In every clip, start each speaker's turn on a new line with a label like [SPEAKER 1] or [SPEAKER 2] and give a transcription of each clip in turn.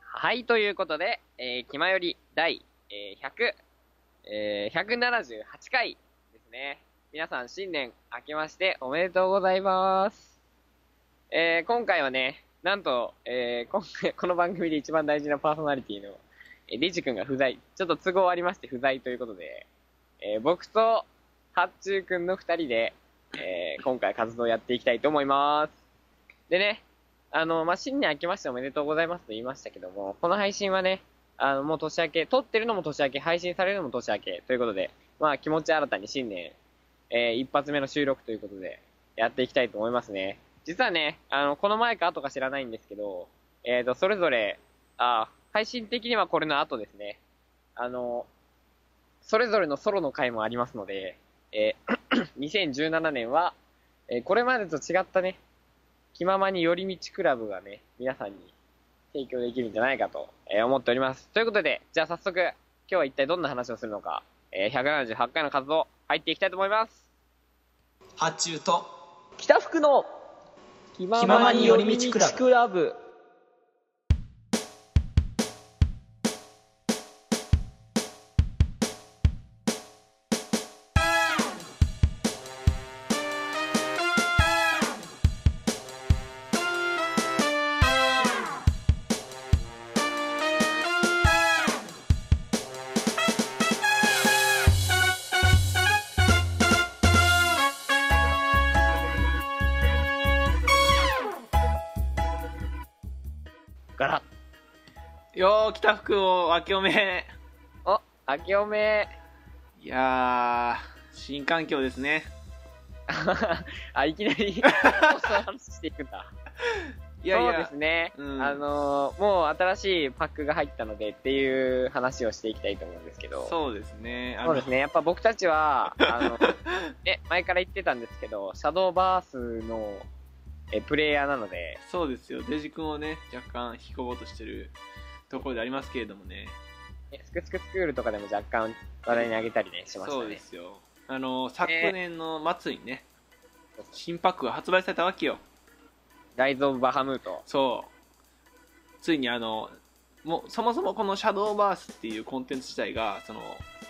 [SPEAKER 1] はい、ということで、えー、気まより第、えー100、えー178回ですね。皆さん、新年明けましておめでとうございます。えー今回はね、なんと、えー今回、 この番組で一番大事なパーソナリティの、えー、リチ君が不在。ちょっと都合ありまして不在ということで、えー僕と、ハッチュー君の二人で、えー今回活動やっていきたいと思います。でね、あの、まあ、新年明けましておめでとうございますと言いましたけども、この配信はね、あの、もう年明け、撮ってるのも年明け、配信されるのも年明けということで、まあ、気持ち新たに新年、えー一発目の収録ということで、やっていきたいと思いますね。実はね、あの、この前か後か知らないんですけど、えーと、それぞれ、あ、配信的にはこれの後ですね。あの、それぞれのソロの回もありますので、えー 2017年は、えーこれまでと違ったね、気ままに寄り道クラブがね、皆さんに提供できるんじゃないかと、えー思っております。ということで、じゃあ早速、今日は一体どんな話をするのか、えー178回の活動、入っていきたいと思います。
[SPEAKER 2] 発注と
[SPEAKER 1] 北福の気ま
[SPEAKER 2] まに寄り道クラブ
[SPEAKER 1] から、
[SPEAKER 3] よー、北福を明けおめ。
[SPEAKER 1] お、明けおめ。
[SPEAKER 3] いやー、新環境ですね。
[SPEAKER 1] あ、いきなり、そう話していくんだ。
[SPEAKER 3] いやい
[SPEAKER 1] そう
[SPEAKER 3] や
[SPEAKER 1] です、ね。
[SPEAKER 3] うん
[SPEAKER 1] あのーもう新しいパックが入ったのでっていう話をしていきたいと思うんですけど。
[SPEAKER 3] そうですね。あ
[SPEAKER 1] そ
[SPEAKER 3] の
[SPEAKER 1] うですね。やっぱ僕たち は、あの、ね、前から言ってたんですけど、シャドーバースのえプレイヤーなので、
[SPEAKER 3] そうですよ。デジ君をね、若干引こうとしてるところでありますけれどもね。
[SPEAKER 1] ねスクスクスクールとかでも若干話題に上げたりね、しましたね。
[SPEAKER 3] そうですよ。あの、昨年の末にね、
[SPEAKER 1] そうそう
[SPEAKER 3] 新パックが発売されたわけよ。
[SPEAKER 1] ライズ・オブ・バハムート。
[SPEAKER 3] そう。ついにあの、もう、そもそもこのシャドーバースっていうコンテンツ自体が、その、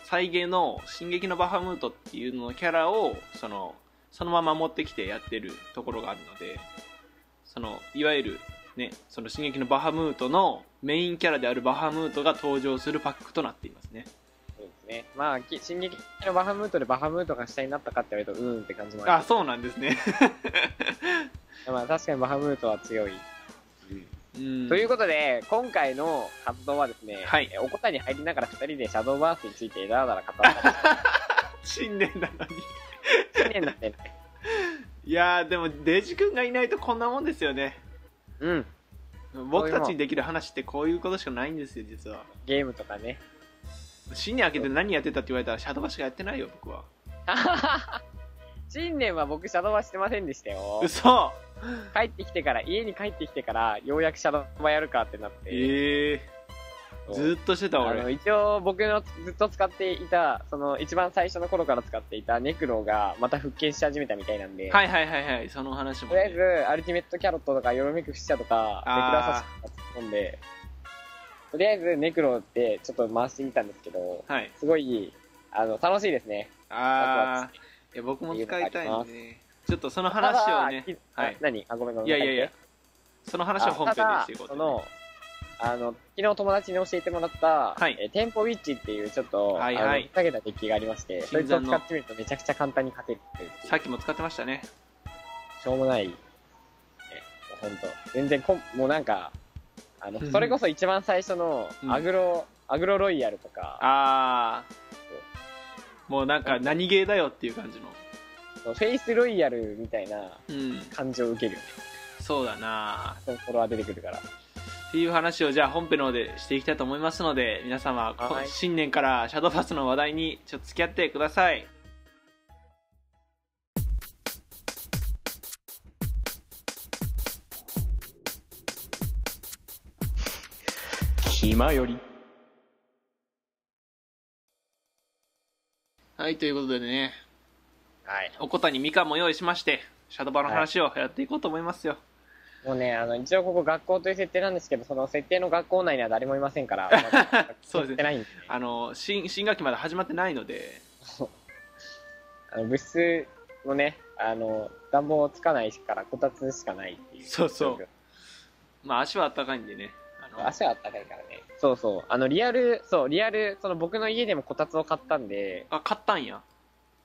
[SPEAKER 3] 再現の「進撃のバハムート」っていうののキャラをそのそのまま持ってきてやってるところがあるのでそのいわゆる、ね、その「進撃のバハムート」のメインキャラであるバハムートが登場するパックとなっていますね
[SPEAKER 1] そうですね。まあ、き進撃のバハムートでバハムートが下になったかって言われると、うーんって感じもあ
[SPEAKER 3] あそうなんですね
[SPEAKER 1] る。まあ、確かにバハムートは強い。
[SPEAKER 3] うん
[SPEAKER 1] ということで、今回の活動はですね、
[SPEAKER 3] はい
[SPEAKER 1] えお答えに入りながら2人でシャドーバースについてだらだら語ったり、
[SPEAKER 3] 新年なのに
[SPEAKER 1] 新年なんでね、
[SPEAKER 3] いやーでもデジ君がいないとこんなもんですよね
[SPEAKER 1] うん、
[SPEAKER 3] 僕たちにできる話ってこういうことしかないんですよ実は
[SPEAKER 1] ゲームとかね、
[SPEAKER 3] 新年明けて何やってたって言われたらシャドーバースしかやってないよ僕は
[SPEAKER 1] 新年は僕シャドーバーしてませんでしたよ。
[SPEAKER 3] 嘘
[SPEAKER 1] 帰ってきてから、家に帰ってきてから、ようやくシャドーバーやるかってなって。
[SPEAKER 3] ええ
[SPEAKER 1] そう
[SPEAKER 3] ずーっとしてた
[SPEAKER 1] あの
[SPEAKER 3] 俺
[SPEAKER 1] 一応僕のずっと使っていた、その一番最初の頃から使っていたネクロがまた復権し始めたみたいなんで、
[SPEAKER 3] はいはいはいはいその話も、
[SPEAKER 1] とりあえ
[SPEAKER 3] ね、
[SPEAKER 1] ずアルティメットキャロットとかヨロミクフシャとか、ネクロアサ
[SPEAKER 3] あ
[SPEAKER 1] シとか突っ込んで、とりあえずネクロってちょっと回してみたんですけど、
[SPEAKER 3] はい
[SPEAKER 1] すごい、あの、楽しいですね。ワク
[SPEAKER 3] ああいや僕も使いたいんでねちょっとその
[SPEAKER 1] ただ
[SPEAKER 3] 話をね
[SPEAKER 1] き
[SPEAKER 3] は
[SPEAKER 1] あ
[SPEAKER 3] い
[SPEAKER 1] 何あ、ごめんごめん。
[SPEAKER 3] いやいやいやその話を本編でしていこう
[SPEAKER 1] あただそ
[SPEAKER 3] とね、
[SPEAKER 1] の、あの、昨日友達に教えてもらった、
[SPEAKER 3] はい
[SPEAKER 1] えーテンポウィッチっていうちょっと、
[SPEAKER 3] はいは
[SPEAKER 1] あ
[SPEAKER 3] い
[SPEAKER 1] の、下げたデッキがありまして、それと
[SPEAKER 3] 新参の
[SPEAKER 1] 使ってみるとめちゃくちゃ簡単に勝てるっていう。
[SPEAKER 3] さっきも使ってましたね
[SPEAKER 1] しょうもない。ね、ほんと。全然こん、もうなんか、あの、それこそ一番最初の
[SPEAKER 3] うん
[SPEAKER 1] アグロ、アグロロイヤルとか、
[SPEAKER 3] ああもうなんか何ゲーだよっていう感じの
[SPEAKER 1] フェイスロイヤルみたいな
[SPEAKER 3] うん
[SPEAKER 1] 感じを受けるよね。
[SPEAKER 3] そうだな
[SPEAKER 1] そのフォロワー出てくるから。
[SPEAKER 3] っていう話をじゃあ本編の方でしていきたいと思いますので皆様、こ
[SPEAKER 1] はい
[SPEAKER 3] 新年からシャドーパスの話題にちょっと付き合ってください
[SPEAKER 2] 暇より
[SPEAKER 3] はいということでね
[SPEAKER 1] はい。
[SPEAKER 3] おこたにみかんも用意しましてシャドーバの話をやっていこうと思いますよ、
[SPEAKER 1] もうね、あの、一応ここ学校という設定なんですけど、その設定の学校内には誰もいません から、まだ
[SPEAKER 3] そう
[SPEAKER 1] や
[SPEAKER 3] ですね
[SPEAKER 1] ってないんで、
[SPEAKER 3] あの新新学期まだ始まってないので
[SPEAKER 1] あの、物質もね、あの、暖房つかないから、こたつしかないっていう。
[SPEAKER 3] そうそう
[SPEAKER 1] 状況
[SPEAKER 3] まあ足はあったかいんでねあの
[SPEAKER 1] 足はあったかいからね。そうそう。あの、リアル、そう、リアル、その僕の家でもこたつを買ったんで、
[SPEAKER 3] あ買ったんや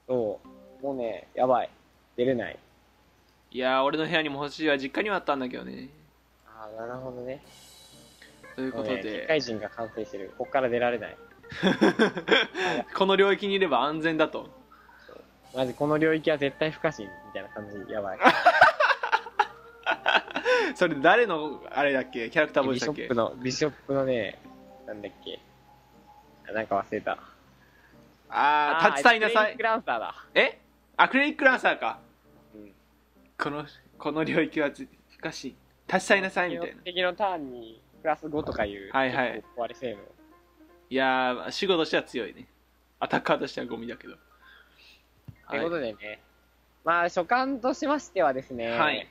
[SPEAKER 1] そう。もうね、やばい。出れない。
[SPEAKER 3] いやー俺の部屋にも欲しいわ実家にはあったんだけどね
[SPEAKER 1] ああ、なるほどね。
[SPEAKER 3] という
[SPEAKER 1] も
[SPEAKER 3] こ
[SPEAKER 1] う
[SPEAKER 3] と
[SPEAKER 1] ね、
[SPEAKER 3] で、
[SPEAKER 1] 社会人が完成してる。こっから出られない。
[SPEAKER 3] この領域にいれば安全だと
[SPEAKER 1] まずこの領域は絶対不可侵みたいな感じ。やばい。
[SPEAKER 3] それ誰のあれだっけキャラクターボイ
[SPEAKER 1] ビ
[SPEAKER 3] ス
[SPEAKER 1] シ
[SPEAKER 3] だ
[SPEAKER 1] ョ
[SPEAKER 3] っけ
[SPEAKER 1] ップの、ビショップのね、なんだっけ。あなんか忘れた。
[SPEAKER 3] ああ立ち去りな
[SPEAKER 1] あー
[SPEAKER 3] さ
[SPEAKER 1] エ
[SPEAKER 3] い
[SPEAKER 1] クレリックランサーだ。
[SPEAKER 3] えアクレリックランサーか
[SPEAKER 1] うん。
[SPEAKER 3] このこの領域はず難しい立ち去りなさいみたいな
[SPEAKER 1] 敵のターンにプラス5とかいう、
[SPEAKER 3] はいはい
[SPEAKER 1] 結構壊れ性能。
[SPEAKER 3] いやー守護としては強いねアタッカーとしてはゴミだけど
[SPEAKER 1] ということでね、まあ、所感としましてはですね、
[SPEAKER 3] はい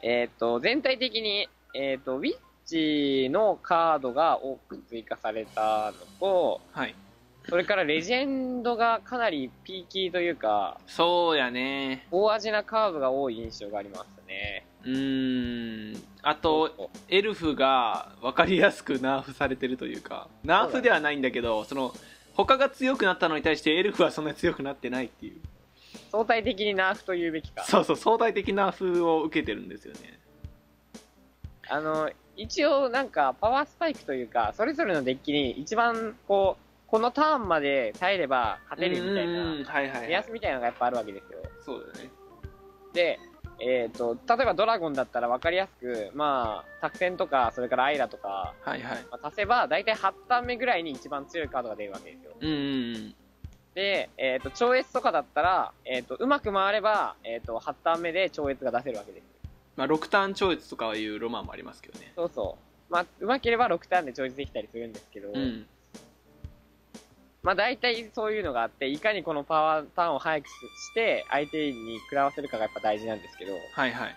[SPEAKER 1] えっ、と、全体的に、えっ、と、ウィッチのカードが多く追加されたのと、
[SPEAKER 3] はい
[SPEAKER 1] それからレジェンドがかなりピーキーというか、
[SPEAKER 3] そうやね
[SPEAKER 1] 大味なカードが多い印象がありますね。
[SPEAKER 3] うーんあとエルフが分かりやすくナーフされてるというかナーフではないんだけどその他が強くなったのに対してエルフはそんなに強くなってないっていう
[SPEAKER 1] 相対的にナーフというべきか。
[SPEAKER 3] そうそう相対的な風を受けてるんですよね
[SPEAKER 1] あの、一応なんかパワースパイクというか、それぞれのデッキに一番こう、このターンまで耐えれば勝てるみたい
[SPEAKER 3] うんうん
[SPEAKER 1] な、
[SPEAKER 3] はい
[SPEAKER 1] 目
[SPEAKER 3] はい、はい
[SPEAKER 1] 安、みたいなのがやっぱあるわけですよ。
[SPEAKER 3] そうだね
[SPEAKER 1] で、えっ、と、例えばドラゴンだったら分かりやすく、まあ、作戦とか、それからアイラとか、
[SPEAKER 3] はいはい
[SPEAKER 1] まあ、足せば、大体8ターン目ぐらいに一番強いカードが出るわけですよ。
[SPEAKER 3] うんうんうん
[SPEAKER 1] で、えっ、と、超越とかだったら、えっ、と、うまく回れば、えっ、と、8ターン目で超越が出せるわけです。
[SPEAKER 3] まあ、6ターン超越とかいうロマンもありますけどね
[SPEAKER 1] そうそう。まあ、うまければ6ターンで超越できたりするんですけど、
[SPEAKER 3] うん
[SPEAKER 1] まあ大体そういうのがあって、いかにこのパワーターンを早くしして、相手に食らわせるかがやっぱ大事なんですけど、
[SPEAKER 3] はいはい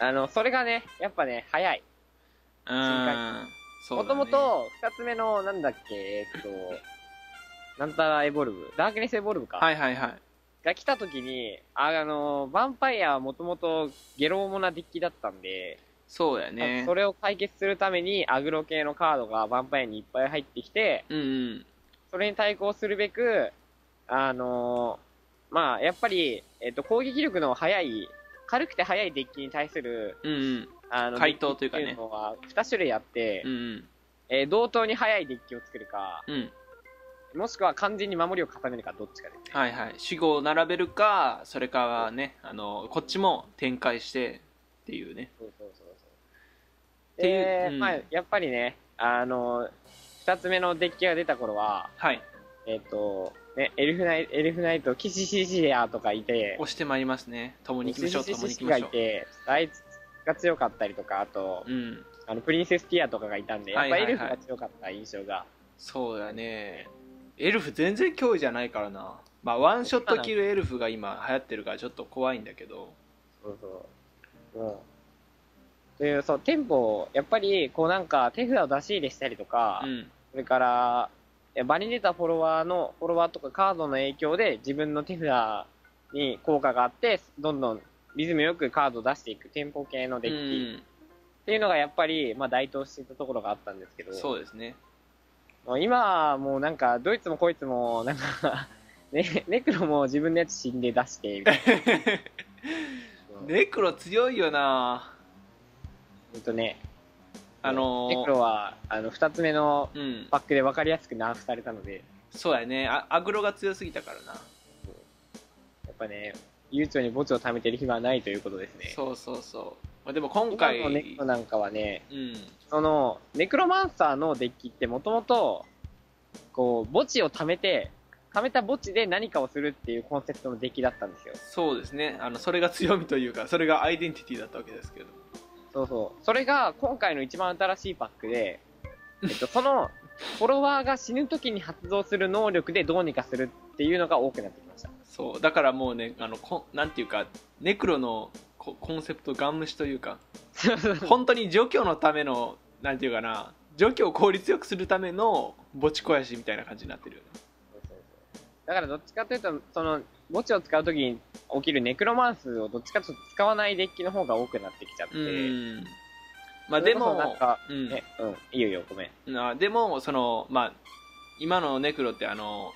[SPEAKER 1] あの、それがね、やっぱね、早い。
[SPEAKER 3] うーんそう
[SPEAKER 1] も
[SPEAKER 3] だね
[SPEAKER 1] ともと、二つ目の、なんだっけ、えっと、なんたらエボルブ、ダークネスエボルブか。
[SPEAKER 3] はいはいはい
[SPEAKER 1] が来た時に、ああの、ヴァンパイアはもともとゲローモなデッキだったんで、
[SPEAKER 3] そうやね
[SPEAKER 1] それを解決するためにアグロ系のカードがヴァンパイアにいっぱい入ってきて、
[SPEAKER 3] うんうん
[SPEAKER 1] それに対抗するべく、あのーまあ、やっぱり、えっと、攻撃力の速い、軽くて速いデッキに対する、
[SPEAKER 3] うんうん
[SPEAKER 1] あの、
[SPEAKER 3] 回答というかね
[SPEAKER 1] デッキっていうのは2種類あって、
[SPEAKER 3] うんうん
[SPEAKER 1] えー同等に速いデッキを作るか、
[SPEAKER 3] うん
[SPEAKER 1] もしくは完全に守りを固めるか、どっちかですね。
[SPEAKER 3] はいはい主語を並べるかそれかはねあのこっちも展開してっていうね
[SPEAKER 1] そうそうそうそう。
[SPEAKER 3] っていう
[SPEAKER 1] で、
[SPEAKER 3] うん
[SPEAKER 1] まあ、やっぱりね、あのー、2つ目のデッキが出た頃は、
[SPEAKER 3] はい
[SPEAKER 1] えっ、と、ね、エルフナイエルフナイト、キシシシアとかいて、
[SPEAKER 3] 押してまいりますね共に行きましょう共に行きま
[SPEAKER 1] が
[SPEAKER 3] しょ
[SPEAKER 1] いうて、あいつが強かったりとか、あと、
[SPEAKER 3] うん
[SPEAKER 1] あのプリンセスティアとかがいたんで、や
[SPEAKER 3] は
[SPEAKER 1] っ
[SPEAKER 3] い
[SPEAKER 1] ぱ
[SPEAKER 3] はい
[SPEAKER 1] エ
[SPEAKER 3] はい
[SPEAKER 1] ルフが強かった印象が。
[SPEAKER 3] そうだねエルフ全然脅威じゃないからなまあワンショットキルエルフが今流行ってるからちょっと怖いんだけど
[SPEAKER 1] そうそう。うん。という、そう、テンポを、やっぱり、こうなんか、手札を出し入れしたりとか、
[SPEAKER 3] うん
[SPEAKER 1] それから、え場に出たフォロワーの、フォロワーとかカードの影響で、自分の手札に効果があって、どんどんリズムよくカードを出していくテンポ系のデ
[SPEAKER 3] う
[SPEAKER 1] ッキ
[SPEAKER 3] ん
[SPEAKER 1] っていうのが、やっぱり、まあ、台頭していたところがあったんですけど、
[SPEAKER 3] そうで すね
[SPEAKER 1] もう今はもうなんか、どいつもこいつも、なんか ね、ネクロも自分のやつ死んで出して、みたいな。
[SPEAKER 3] ネクロ強いよな
[SPEAKER 1] ほんとね、
[SPEAKER 3] あのー
[SPEAKER 1] ネクロは、あの、二つ目の
[SPEAKER 3] うん
[SPEAKER 1] バックで分かりやすくナーフされたので、
[SPEAKER 3] そうやねあアグロが強すぎたからな
[SPEAKER 1] やっぱね、悠長に墓地を貯めてる暇はないということですね。
[SPEAKER 3] そうそうそうまあでも今
[SPEAKER 1] 今
[SPEAKER 3] 回
[SPEAKER 1] のネクロなんかはね、
[SPEAKER 3] うん
[SPEAKER 1] その、ネクロマンサーのデッキってもともと、こう、墓地を貯めて、貯めた墓地で何かをするっていうコンセプトのデッキだったんですよ。
[SPEAKER 3] そうですねあのそれが強みというかそれがアイデンティティだったわけですけど
[SPEAKER 1] そうそう。それが今回の一番新しいパックで、えっと、その、フォロワーが死ぬ時に発動する能力でどうにかするっていうのが多くなってきました。
[SPEAKER 3] そうだからもうねあのこなんていうかネクロのこココンセプトガン無視というか
[SPEAKER 1] そうそうそう
[SPEAKER 3] 本当に除去のためのなんていうかな除去を効率よくするための墓地肥やしみたいな感じになってるよね
[SPEAKER 1] だからどっちかというと、その、墓地を使うときに起きるネクロマンスをどっちかというと使わないデッキの方が多くなってきちゃって。
[SPEAKER 3] うんまあ
[SPEAKER 1] それ
[SPEAKER 3] で
[SPEAKER 1] こそな
[SPEAKER 3] も
[SPEAKER 1] んか、
[SPEAKER 3] うん
[SPEAKER 1] ね、うん、いいよいいよ、ごめん。
[SPEAKER 3] なでもそのまあ今のネクロってあの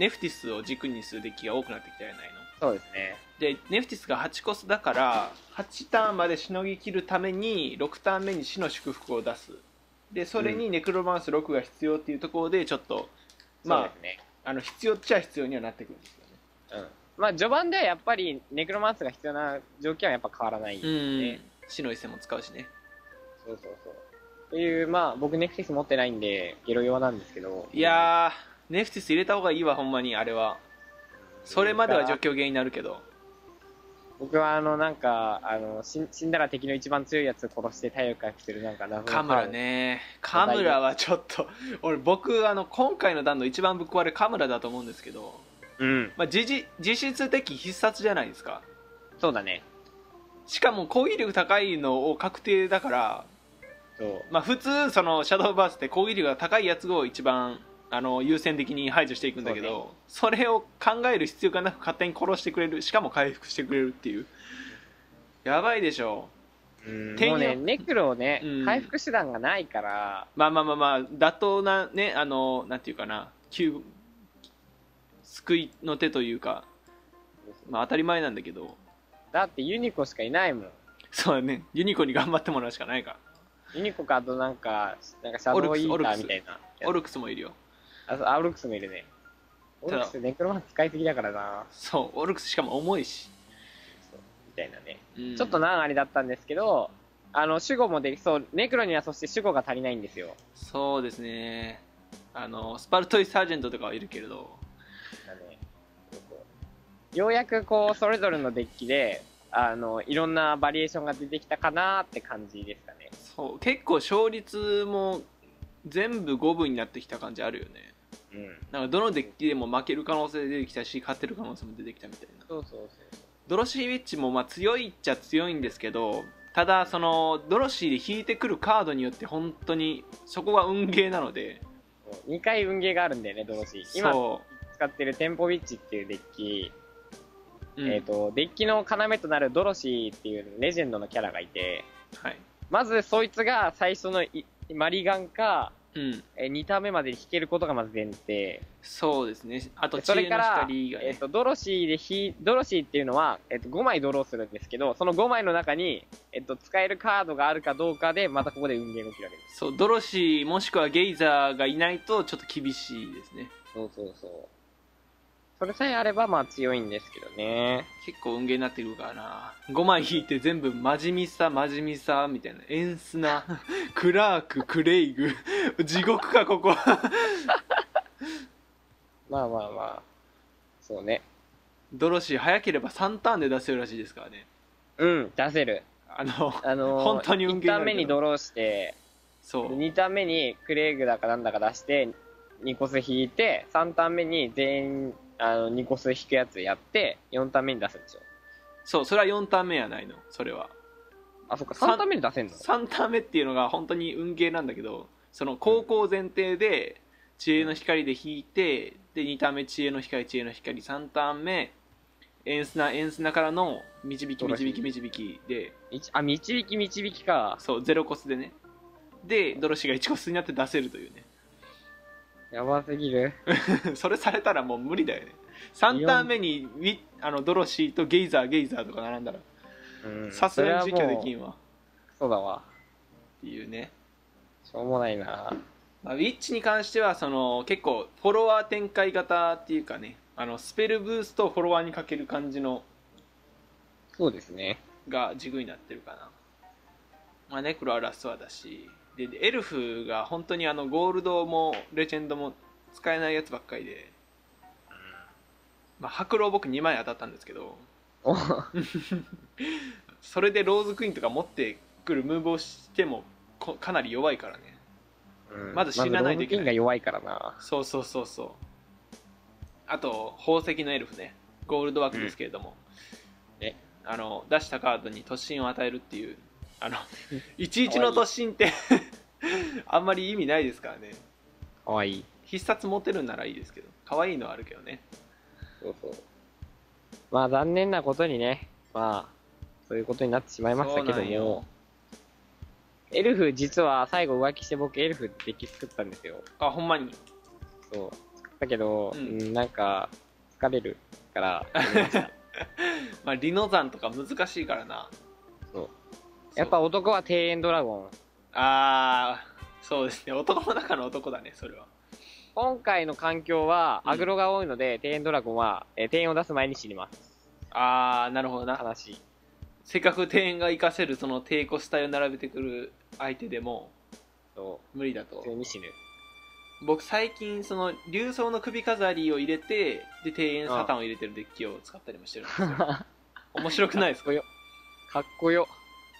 [SPEAKER 3] ネフティスを軸にするデッキが多くなってきたじゃないの
[SPEAKER 1] そうですね。
[SPEAKER 3] でネフティスが8コスだから8ターンまでしのぎきるために6ターン目に死の祝福を出すでそれにネクロマンス6が必要っていうところでちょっと、
[SPEAKER 1] そうで
[SPEAKER 3] ます
[SPEAKER 1] ね。
[SPEAKER 3] ああの必要っちゃ必要にはなってくるんですよね
[SPEAKER 1] うん。まあ、序盤ではやっぱり、ネクロマンスが必要な条件はやっぱ変わらない。
[SPEAKER 3] うん死の一戦も使うしね
[SPEAKER 1] そうそうそう。っていう、まあ、僕ネクティス持ってないんで、ゲロ用なんですけど。
[SPEAKER 3] いやーネフティス入れた方がいいわほんまにあれはそれまでは除去原因になるけど
[SPEAKER 1] 僕はあの、なんか、あの、死ん死んだら敵の一番強いやつを殺して体力回復する、なんか謎の
[SPEAKER 3] カムラ。ねカムラはちょっと俺僕あの今回の段の一番ぶっ壊れカムラだと思うんですけど、
[SPEAKER 1] うん。
[SPEAKER 3] まあ、実実質的必殺じゃないですか
[SPEAKER 1] そうだね。
[SPEAKER 3] しかも攻撃力高いのを確定だから、
[SPEAKER 1] そう。
[SPEAKER 3] まあ、普通そのシャドーバースって攻撃力が高いやつを一番あの優先的に排除していくんだけどそ,、れを考える必要がなく勝手に殺してくれるしかも回復してくれるっていうやばいでしょ
[SPEAKER 1] もうね、ネクロをね
[SPEAKER 3] うん、
[SPEAKER 1] 回復手段がないから、
[SPEAKER 3] まあまあまあまあ妥当なねあのなんていうかな救救いの手というか、まあ、当たり前なんだけど
[SPEAKER 1] だってユニコしかいないもん。
[SPEAKER 3] そうだねユニコに頑張ってもらうしかないか
[SPEAKER 1] ユニコかあとなんか、なんかシャドウイーターみたいな。
[SPEAKER 3] らオルクスもいるよ
[SPEAKER 1] あそうあオルクスもいるね。オ
[SPEAKER 3] ただ
[SPEAKER 1] ルクス、ネクロマンス使いすぎだからな、
[SPEAKER 3] そうオルクスしかも重いし、
[SPEAKER 1] みたいなね。
[SPEAKER 3] うん
[SPEAKER 1] ちょっと難ありだったんですけど、あの、守護もできそう。ネクロにはそして守護が足りないんですよ。
[SPEAKER 3] そうですねあのスパルトイ・サージェントとかはいるけれど
[SPEAKER 1] だねようやくこう、それぞれのデッキで、あの、いろんなバリエーションが出てきたかなって感じですかね。
[SPEAKER 3] そう結構勝率も全部5分になってきた感じあるよね
[SPEAKER 1] うん。
[SPEAKER 3] なんかどのデッキでも負ける可能性出てきたし勝ってる可能性も出てきたみたいな
[SPEAKER 1] そうそうそう。
[SPEAKER 3] ドロシーウィッチもまあ強いっちゃ強いんですけどただそのドロシーで引いてくるカードによって本当にそこは運ゲーなので
[SPEAKER 1] 2回運ゲーがあるんだよね、ドロシー。今
[SPEAKER 3] そ
[SPEAKER 1] 使ってるテンポビッチっていうデッキ、
[SPEAKER 3] う、うん
[SPEAKER 1] えっ、と、デッキの要となるドロシーっていうレジェンドのキャラがいて、
[SPEAKER 3] はい、
[SPEAKER 1] まずそいつが最初のいマリガンか、
[SPEAKER 3] うん、
[SPEAKER 1] え2ターン目まで引けることがまず前提。
[SPEAKER 3] そうですねあと
[SPEAKER 1] そ
[SPEAKER 3] 知
[SPEAKER 1] れ
[SPEAKER 3] 恵の
[SPEAKER 1] から、
[SPEAKER 3] 光が、ね
[SPEAKER 1] えっ、と、ドロシーで引い、ドロシーっていうのは、えっ、と、5枚ドローするんですけど、その5枚の中に、えっ、と、使えるカードがあるかどうかで、またここで運ゲーが起きるわけです。
[SPEAKER 3] そうドロシーもしくはゲイザーがいないとちょっと厳しいですね
[SPEAKER 1] そうそうそう。それさえあれば、まあ強いんですけどね。
[SPEAKER 3] 結構運ゲーになってくるからな5枚引いて全部真面目さ真面目さみたいなエンスな クラーククレイグ地獄かここ
[SPEAKER 1] まあまあまあ。そうね。
[SPEAKER 3] ドロシー早ければ3ターンで出せるらしいですからね
[SPEAKER 1] うん、出せる。
[SPEAKER 3] あの
[SPEAKER 1] あのー、
[SPEAKER 3] 本当に
[SPEAKER 1] 1
[SPEAKER 3] 運ゲー
[SPEAKER 1] ターン
[SPEAKER 3] になるけど
[SPEAKER 1] 目にドローして、
[SPEAKER 3] そう
[SPEAKER 1] 2ターン目にクレイグだかなんだか出して、2コス引いて、3ターン目に全員、あの、2コス引くやつやって、4ターン目に出すんでしょ。
[SPEAKER 3] そうそれは4ターン目やないのそれは
[SPEAKER 1] あ、そっか、
[SPEAKER 3] さん
[SPEAKER 1] 3ターン目に出せんの
[SPEAKER 3] 3ターン目っていうのが本当に運ゲーなんだけどその高校前提で知恵の光で引いてで2ターン目知恵の光知恵の光3ターン目エンスナエンスナからの導き導き導きで
[SPEAKER 1] 一あ、導き導きか。
[SPEAKER 3] そうゼロコスでねでドロシーが1コスになって出せるという
[SPEAKER 1] やばすぎる。
[SPEAKER 3] ね それされたらもう無理だよね3ターン目にウィあのドロシーとゲイザーゲイザーとか並んだら
[SPEAKER 1] うん
[SPEAKER 3] さすがに実況でき
[SPEAKER 1] ん。
[SPEAKER 3] んわ
[SPEAKER 1] そうだわ。
[SPEAKER 3] っていうね
[SPEAKER 1] しょうもないな。
[SPEAKER 3] まあ、ウィッチに関してはその結構フォロワー展開型っていうかねあのスペルブーストをフォロワーにかける感じの
[SPEAKER 1] そうですね。
[SPEAKER 3] が軸になってるかな、まあ、ネクロはラストアだしででエルフが本当にあのゴールドもレジェンドも使えないやつばっかりで、まあ、白狼僕2枚当たったんですけど
[SPEAKER 1] お
[SPEAKER 3] それでローズクイーンとか持ってくるムーブをしてもこかなり弱いからね
[SPEAKER 1] うん
[SPEAKER 3] まだ死なないとい
[SPEAKER 1] まずロード
[SPEAKER 3] けない
[SPEAKER 1] キンが弱いからな。
[SPEAKER 3] そうそうそうそうあと宝石のエルフねゴールド枠ですけれども、
[SPEAKER 1] うんえ
[SPEAKER 3] あの出したカードに突進を与えるっていうあ の11の突進ってあんまり意味ないですからね
[SPEAKER 1] かわいい。
[SPEAKER 3] 必殺持てるんならいいですけど可愛いのはあるけどね
[SPEAKER 1] そうそう。まあ残念なことにね、まあ、そういうことになってしまいましたけ
[SPEAKER 3] そう
[SPEAKER 1] ど
[SPEAKER 3] なんよ
[SPEAKER 1] も、エルフ実は最後浮気して僕エルフデッキ作ったんですよ。
[SPEAKER 3] あほんまに
[SPEAKER 1] そう。作ったけど、
[SPEAKER 3] う
[SPEAKER 1] うんん、なんか、疲れる から、
[SPEAKER 3] まあリノザンとか難しいからな
[SPEAKER 1] そう
[SPEAKER 3] そう
[SPEAKER 1] やっぱ男は庭園ドラゴン。
[SPEAKER 3] ああそうですね男の中の男だねそれは
[SPEAKER 1] 今回の環境は、
[SPEAKER 3] うん
[SPEAKER 1] アグロが多いので、庭園ドラゴンは、えー庭園を出す前に死にます。
[SPEAKER 3] ああなるほどな
[SPEAKER 1] 悲しい。
[SPEAKER 3] せっかく点が活かせるその低コス体を並べてくる相手でも
[SPEAKER 1] そ
[SPEAKER 3] 無理だ
[SPEAKER 1] う。
[SPEAKER 3] と
[SPEAKER 1] 普通に死ぬ。
[SPEAKER 3] 僕最近その竜装の首飾りを入れてで庭園サタンを入れてるデッキを使ったりもしてるんですよ 面白くないですか
[SPEAKER 1] かっこよ。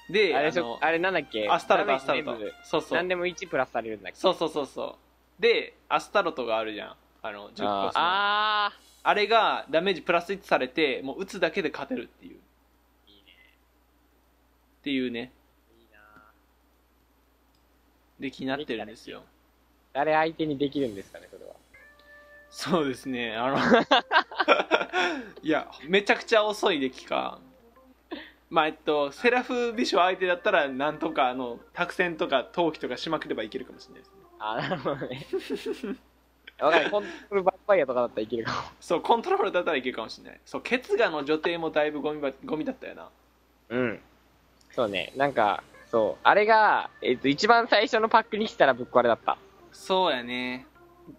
[SPEAKER 3] で
[SPEAKER 1] あれでし
[SPEAKER 3] あ
[SPEAKER 1] ょ
[SPEAKER 3] の
[SPEAKER 1] あれなんだっけ
[SPEAKER 3] アスタロト
[SPEAKER 1] ダ
[SPEAKER 3] ア
[SPEAKER 1] メー
[SPEAKER 3] ス
[SPEAKER 1] ジ
[SPEAKER 3] タロト
[SPEAKER 1] 全部
[SPEAKER 3] そうそう
[SPEAKER 1] 何でも1プラスされるんだっけ
[SPEAKER 3] そうそうそうそうでアスタロトがあるじゃんあの10個その
[SPEAKER 1] あー
[SPEAKER 3] あ
[SPEAKER 1] あ
[SPEAKER 3] れがダメージプラス1されてもう打つだけで勝てるっていう
[SPEAKER 1] ーいいね
[SPEAKER 3] っていうね
[SPEAKER 1] いいな
[SPEAKER 3] デッキになってるんですよ
[SPEAKER 1] 誰相手にできるんですかねそれは
[SPEAKER 3] そうですねあのいやめちゃくちゃ遅いデッキかまあえっとセラフ美女相手だったらなんとかあの託戦とか闘技とかしまくればいけるかもしれないですね
[SPEAKER 1] あーなるほど ねわかるコントロールバッファイアとかだったらいけるかも
[SPEAKER 3] そうコントロールだったらいけるかもしれないそうケツガの女帝もだいぶゴミばゴミだったよな
[SPEAKER 1] うんそうねなんかそうあれが、えっと一番最初のパックに来たらぶっ壊れだった
[SPEAKER 3] そうやね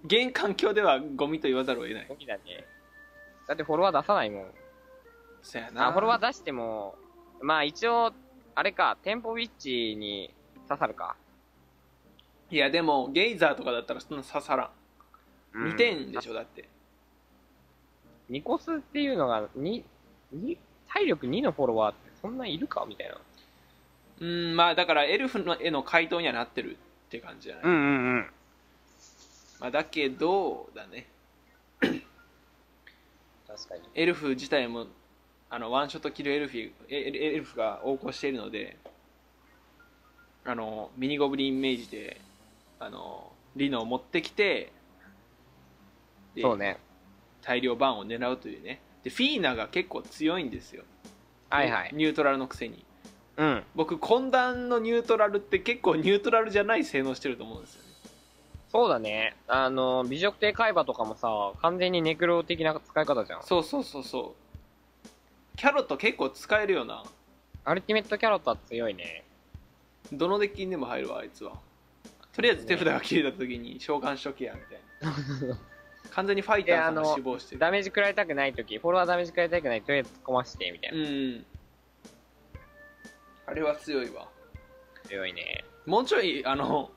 [SPEAKER 3] 現環境ではゴミと言わざるを得ない
[SPEAKER 1] だねだってフォロワー出さないもん
[SPEAKER 3] そうやな
[SPEAKER 1] あフォロワー出してもまあ一応あれかテンポウィッチに刺さるか、
[SPEAKER 3] いやでもゲイザーとかだったらそんな刺さらん、
[SPEAKER 1] うん、
[SPEAKER 3] 2点でしょだって
[SPEAKER 1] ニコスっていうのが、に、に、体力2のフォロワーってそんないるかみたいな。
[SPEAKER 3] うんまあだからエルフの絵の回答にはなってるって感じじゃない、
[SPEAKER 1] んうんうん。
[SPEAKER 3] まあ、だけどだね
[SPEAKER 1] 確かに。
[SPEAKER 3] エルフ自体もあのワンショットキルエルフィエエエルフが横行しているのであのミニゴブリンイメージであのリノを持ってきてで
[SPEAKER 1] そうね。
[SPEAKER 3] 大量バーンを狙うというねでフィーナが結構強いんですよ
[SPEAKER 1] はいはい。
[SPEAKER 3] ニュートラルのくせに
[SPEAKER 1] うん。
[SPEAKER 3] 僕混乱のニュートラルって結構ニュートラルじゃない性能してると思うんですよね
[SPEAKER 1] そうだね。あの、美食帝海馬とかもさ、完全にネクロ的な使い方じゃん。
[SPEAKER 3] そうそうそうそうキャロット結構使えるよな
[SPEAKER 1] アルティメットキャロットは強いね。
[SPEAKER 3] どのデッキにでも入るわあいつはとりあえず手札が切れた時に召喚しとけやみたいな完全にファイターさん
[SPEAKER 1] いや
[SPEAKER 3] が
[SPEAKER 1] あの
[SPEAKER 3] 死亡してる
[SPEAKER 1] ダメージ食らいたくないとき、フォロワーダメージ食らいたくないとりあえず突っ込まして、みたいうな。
[SPEAKER 3] んあれは強いわ
[SPEAKER 1] 強いね。
[SPEAKER 3] もうちょいあの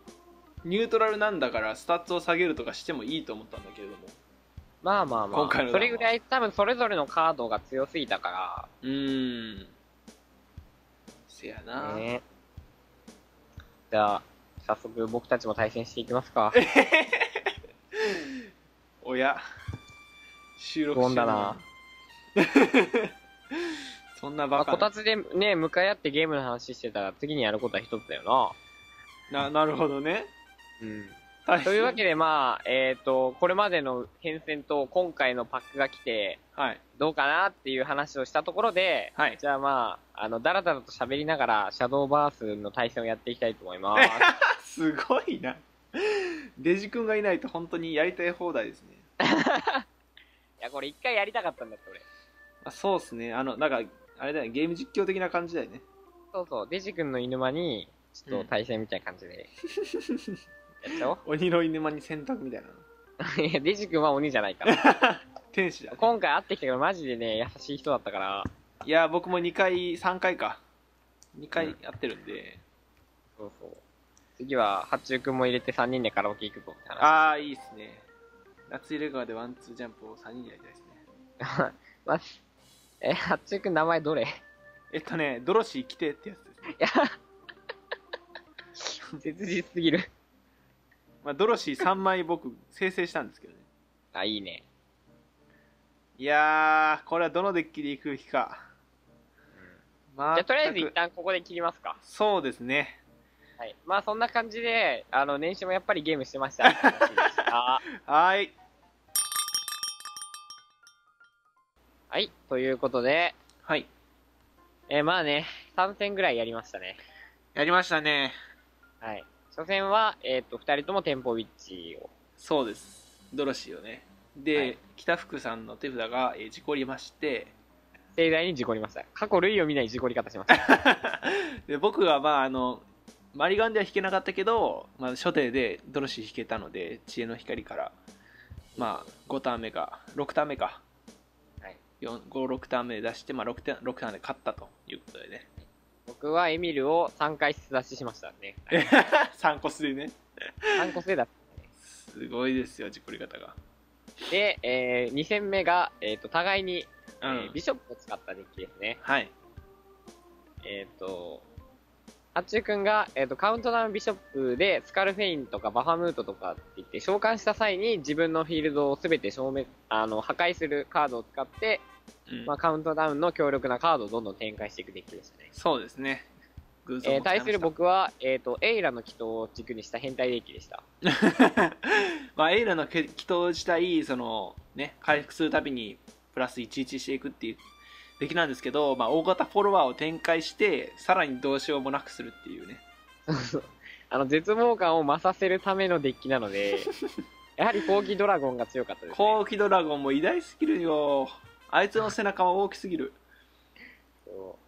[SPEAKER 3] ニュートラルなんだからスタッツを下げるとかしてもいいと思ったんだけれども
[SPEAKER 1] まあまあまあ。
[SPEAKER 3] 今回の
[SPEAKER 1] それぐらい多分それぞれのカードが強すぎたか
[SPEAKER 3] うんせや
[SPEAKER 1] ら。
[SPEAKER 3] な、
[SPEAKER 1] ね。じゃあ、早速僕たちも対戦していきますか。
[SPEAKER 3] おや収録
[SPEAKER 1] 不穏だな
[SPEAKER 3] 中に そんな
[SPEAKER 1] ま
[SPEAKER 3] バ
[SPEAKER 1] あ、
[SPEAKER 3] カ
[SPEAKER 1] こ
[SPEAKER 3] な
[SPEAKER 1] たつでね、向かい合ってゲームの話してたら次にやることは一つだよな。
[SPEAKER 3] ななるほどね
[SPEAKER 1] うん。
[SPEAKER 3] 大 変
[SPEAKER 1] というわけでまあ、えっ、と、これまでの変遷と今回のパックが来て、
[SPEAKER 3] はい
[SPEAKER 1] どうかなっていう話をしたところで、
[SPEAKER 3] はい
[SPEAKER 1] じゃあまあ、あの、だらだらと喋りながら、シャドーバースの対戦をやっていきたいと思い ます。
[SPEAKER 3] すごいなデジ君がいないと本当にやりたい放題ですね、
[SPEAKER 1] いや、これ一回やりたかったんだって、俺。
[SPEAKER 3] あ、そうですねあのなんかあれだよねゲーム実況的な感じだよね
[SPEAKER 1] そうそう、デジ君の犬間に、ちょっと対戦みたいな感じで。やっちゃおう
[SPEAKER 3] 鬼の犬間に洗濯みたいな
[SPEAKER 1] いや、デジ君は鬼じゃないから。
[SPEAKER 3] 天使だ、ね、
[SPEAKER 1] 今回会ってきたけど、マジでね、優しい人だったから。
[SPEAKER 3] いや僕も2回3回か2
[SPEAKER 1] う
[SPEAKER 3] 回
[SPEAKER 1] ん
[SPEAKER 3] やってるんで、
[SPEAKER 1] そうそう。次は、八中くんも入れて3人でカラオケ行くぞって話。
[SPEAKER 3] ああいいっすね夏入れ川でワンツージャンプを3人でやりたいですね
[SPEAKER 1] まあえ、八中くん名前どれ
[SPEAKER 3] えっとねドロシー来てってやつですね、
[SPEAKER 1] 切実すぎる。
[SPEAKER 3] まあ、ドロシー3枚僕生成したんですけどね
[SPEAKER 1] あ、いいね。
[SPEAKER 3] いやーこれはどのデッキで行くべきか
[SPEAKER 1] うん
[SPEAKER 3] ま
[SPEAKER 1] じゃあとりあえず一旦ここで切りますか。
[SPEAKER 3] そうですね。
[SPEAKER 1] はい。まあそんな感じで、あの、年始もやっぱりゲームしてましたって話でした。
[SPEAKER 3] はーい。
[SPEAKER 1] はい。ということで、
[SPEAKER 3] はい。
[SPEAKER 1] えーまあね、3戦ぐらいやりましたね。
[SPEAKER 3] やりましたね。
[SPEAKER 1] はい。初戦は、えっ、と、2人ともテンポウィッチを。
[SPEAKER 3] そうです。ドロシーをね。で、
[SPEAKER 1] はい北
[SPEAKER 3] 北福さんの手札が、えー事故りまして、
[SPEAKER 1] 盛大に事故りました。過去類を見ない事故り方しました。
[SPEAKER 3] で僕はまああのマリガンでは弾けなかったけど、まあ、初手でドロシー弾けたので知恵の光からまあ5ターン目か6ターン目か、
[SPEAKER 1] はい
[SPEAKER 3] 四五56ターン目で出して、まあ、6, ターン6ターンで勝ったということで ね
[SPEAKER 1] 僕はエミルを3回出ししましたね。
[SPEAKER 3] 3個数でね
[SPEAKER 1] 3個制だっ
[SPEAKER 3] すごいですよ自己り方が、
[SPEAKER 1] た。で、え2戦目が、えっ、と、互いに、え
[SPEAKER 3] うん
[SPEAKER 1] ービショップを使ったデッキですね。
[SPEAKER 3] はい
[SPEAKER 1] えっ、と、ハッチュー君が、えっ、と、カウントダウンビショップで、スカルフェインとかバファムートとかって言って、召喚した際に自分のフィールドを全て消滅、あの、破壊するカードを使って、
[SPEAKER 3] うん
[SPEAKER 1] まあ、カウントダウンの強力なカードをどんどん展開していくデッキでしたね。
[SPEAKER 3] そうですね偶
[SPEAKER 1] えー
[SPEAKER 3] も使い
[SPEAKER 1] 対
[SPEAKER 3] ました
[SPEAKER 1] する僕は、えっ、と、エイラの祈祷を軸にした変態デッキでした。
[SPEAKER 3] まあエイラのけ祈祷自体そのね回復するたびにプラス11していくっていう出来なんですけど、まあ、大型フォロワーを展開してさらにどうしようもなくするっていうね
[SPEAKER 1] あの、絶望感を増させるためのデッキなの で、やはり後期ドラゴンが強かったです、ね。
[SPEAKER 3] 後期ドラゴンも偉大すぎるよあいつの背中は大きすぎる
[SPEAKER 1] そ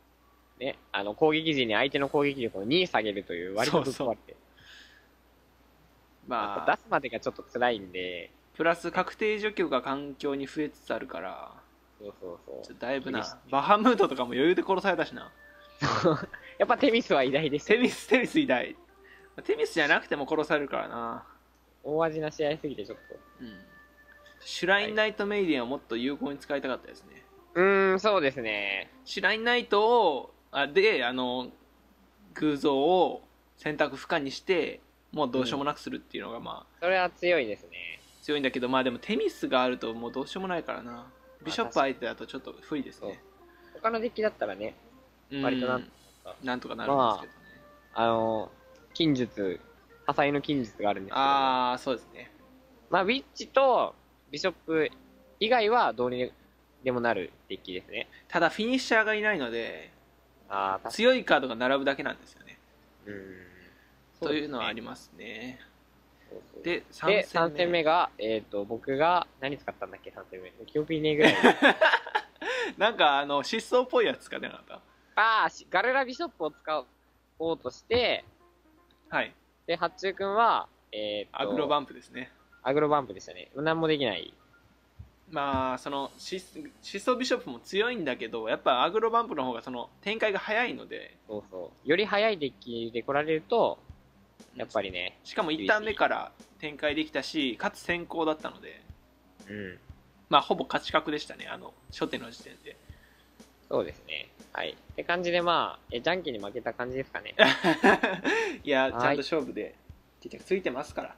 [SPEAKER 1] うね、あの、攻撃時に相手の攻撃力を2下げるという割とぶっ壊れて、やっ
[SPEAKER 3] ま
[SPEAKER 1] ぱ
[SPEAKER 3] あ
[SPEAKER 1] 出すまでがちょっと辛いんで、
[SPEAKER 3] プラス確定除去が環境に増えつつあるから
[SPEAKER 1] そうそう
[SPEAKER 3] ち
[SPEAKER 1] そ
[SPEAKER 3] ょ
[SPEAKER 1] う
[SPEAKER 3] っ。とだいぶ
[SPEAKER 1] 厳しい
[SPEAKER 3] なバハムートとかも余裕で殺されたしな
[SPEAKER 1] やっぱテミスは偉大でした
[SPEAKER 3] テ。ミステミス偉大テミスじゃなくても殺されるからな
[SPEAKER 1] 大味な試合すぎてちょっと。
[SPEAKER 3] うんシュラインナイトメイデンをもっと有効に使いたかったですね。
[SPEAKER 1] うーん、そうですね。
[SPEAKER 3] シュラインナイトを、あで、あの、偶像を選択不可にして、もうどうしようもなくするっていうのが、まあ、
[SPEAKER 1] それは強いですね。
[SPEAKER 3] 強いんだけど、まあでもテミスがあるともうどうしようもないからな。ビショップ相手だとちょっと不利ですね。
[SPEAKER 1] 他のデッキだったらね、
[SPEAKER 3] うん
[SPEAKER 1] 割となん
[SPEAKER 3] なんとかなるんですけどね。
[SPEAKER 1] あの、禁術、火災の禁術があるんですけど、
[SPEAKER 3] ああー、そうですね。
[SPEAKER 1] まあ、ウィッチとビショップ以外はどうにでもなるデッキですね。
[SPEAKER 3] ただフィニッシャーがいないので、
[SPEAKER 1] ああ、確
[SPEAKER 3] 強いカードが並ぶだけなんですよね。
[SPEAKER 1] かに。うーん
[SPEAKER 3] というのはありますね。
[SPEAKER 1] そうそうそう
[SPEAKER 3] で、
[SPEAKER 1] で、
[SPEAKER 3] 3
[SPEAKER 1] 3戦目が、えっ、と、僕が、何使ったんだっけ、3戦目。記憶いねえぐらい。
[SPEAKER 3] なんかあの失踪っぽいやつ使ってなかっ
[SPEAKER 1] ああ、しガルラビショップを使おうとして、
[SPEAKER 3] たはい
[SPEAKER 1] で、八中くんは、えーと、
[SPEAKER 3] アグロバンプですね
[SPEAKER 1] アグロバンプでしたね。何もできない。
[SPEAKER 3] まあその失失踪ビショップも強いんだけどやっぱアグロバンプの方がその展開が早いので
[SPEAKER 1] そうそう。より早いデッキで来られると、やっぱりね、
[SPEAKER 3] しかも1ターン目から展開できたしかつ先行だったので
[SPEAKER 1] うん。
[SPEAKER 3] まあほぼ勝ち確でしたねあの初手の時点 で
[SPEAKER 1] そうですね。はい。って感じで、まあ、えジャンキーに負けた感じですか ね。
[SPEAKER 3] いやち
[SPEAKER 1] はい
[SPEAKER 3] ゃんと勝負で結局ついてますから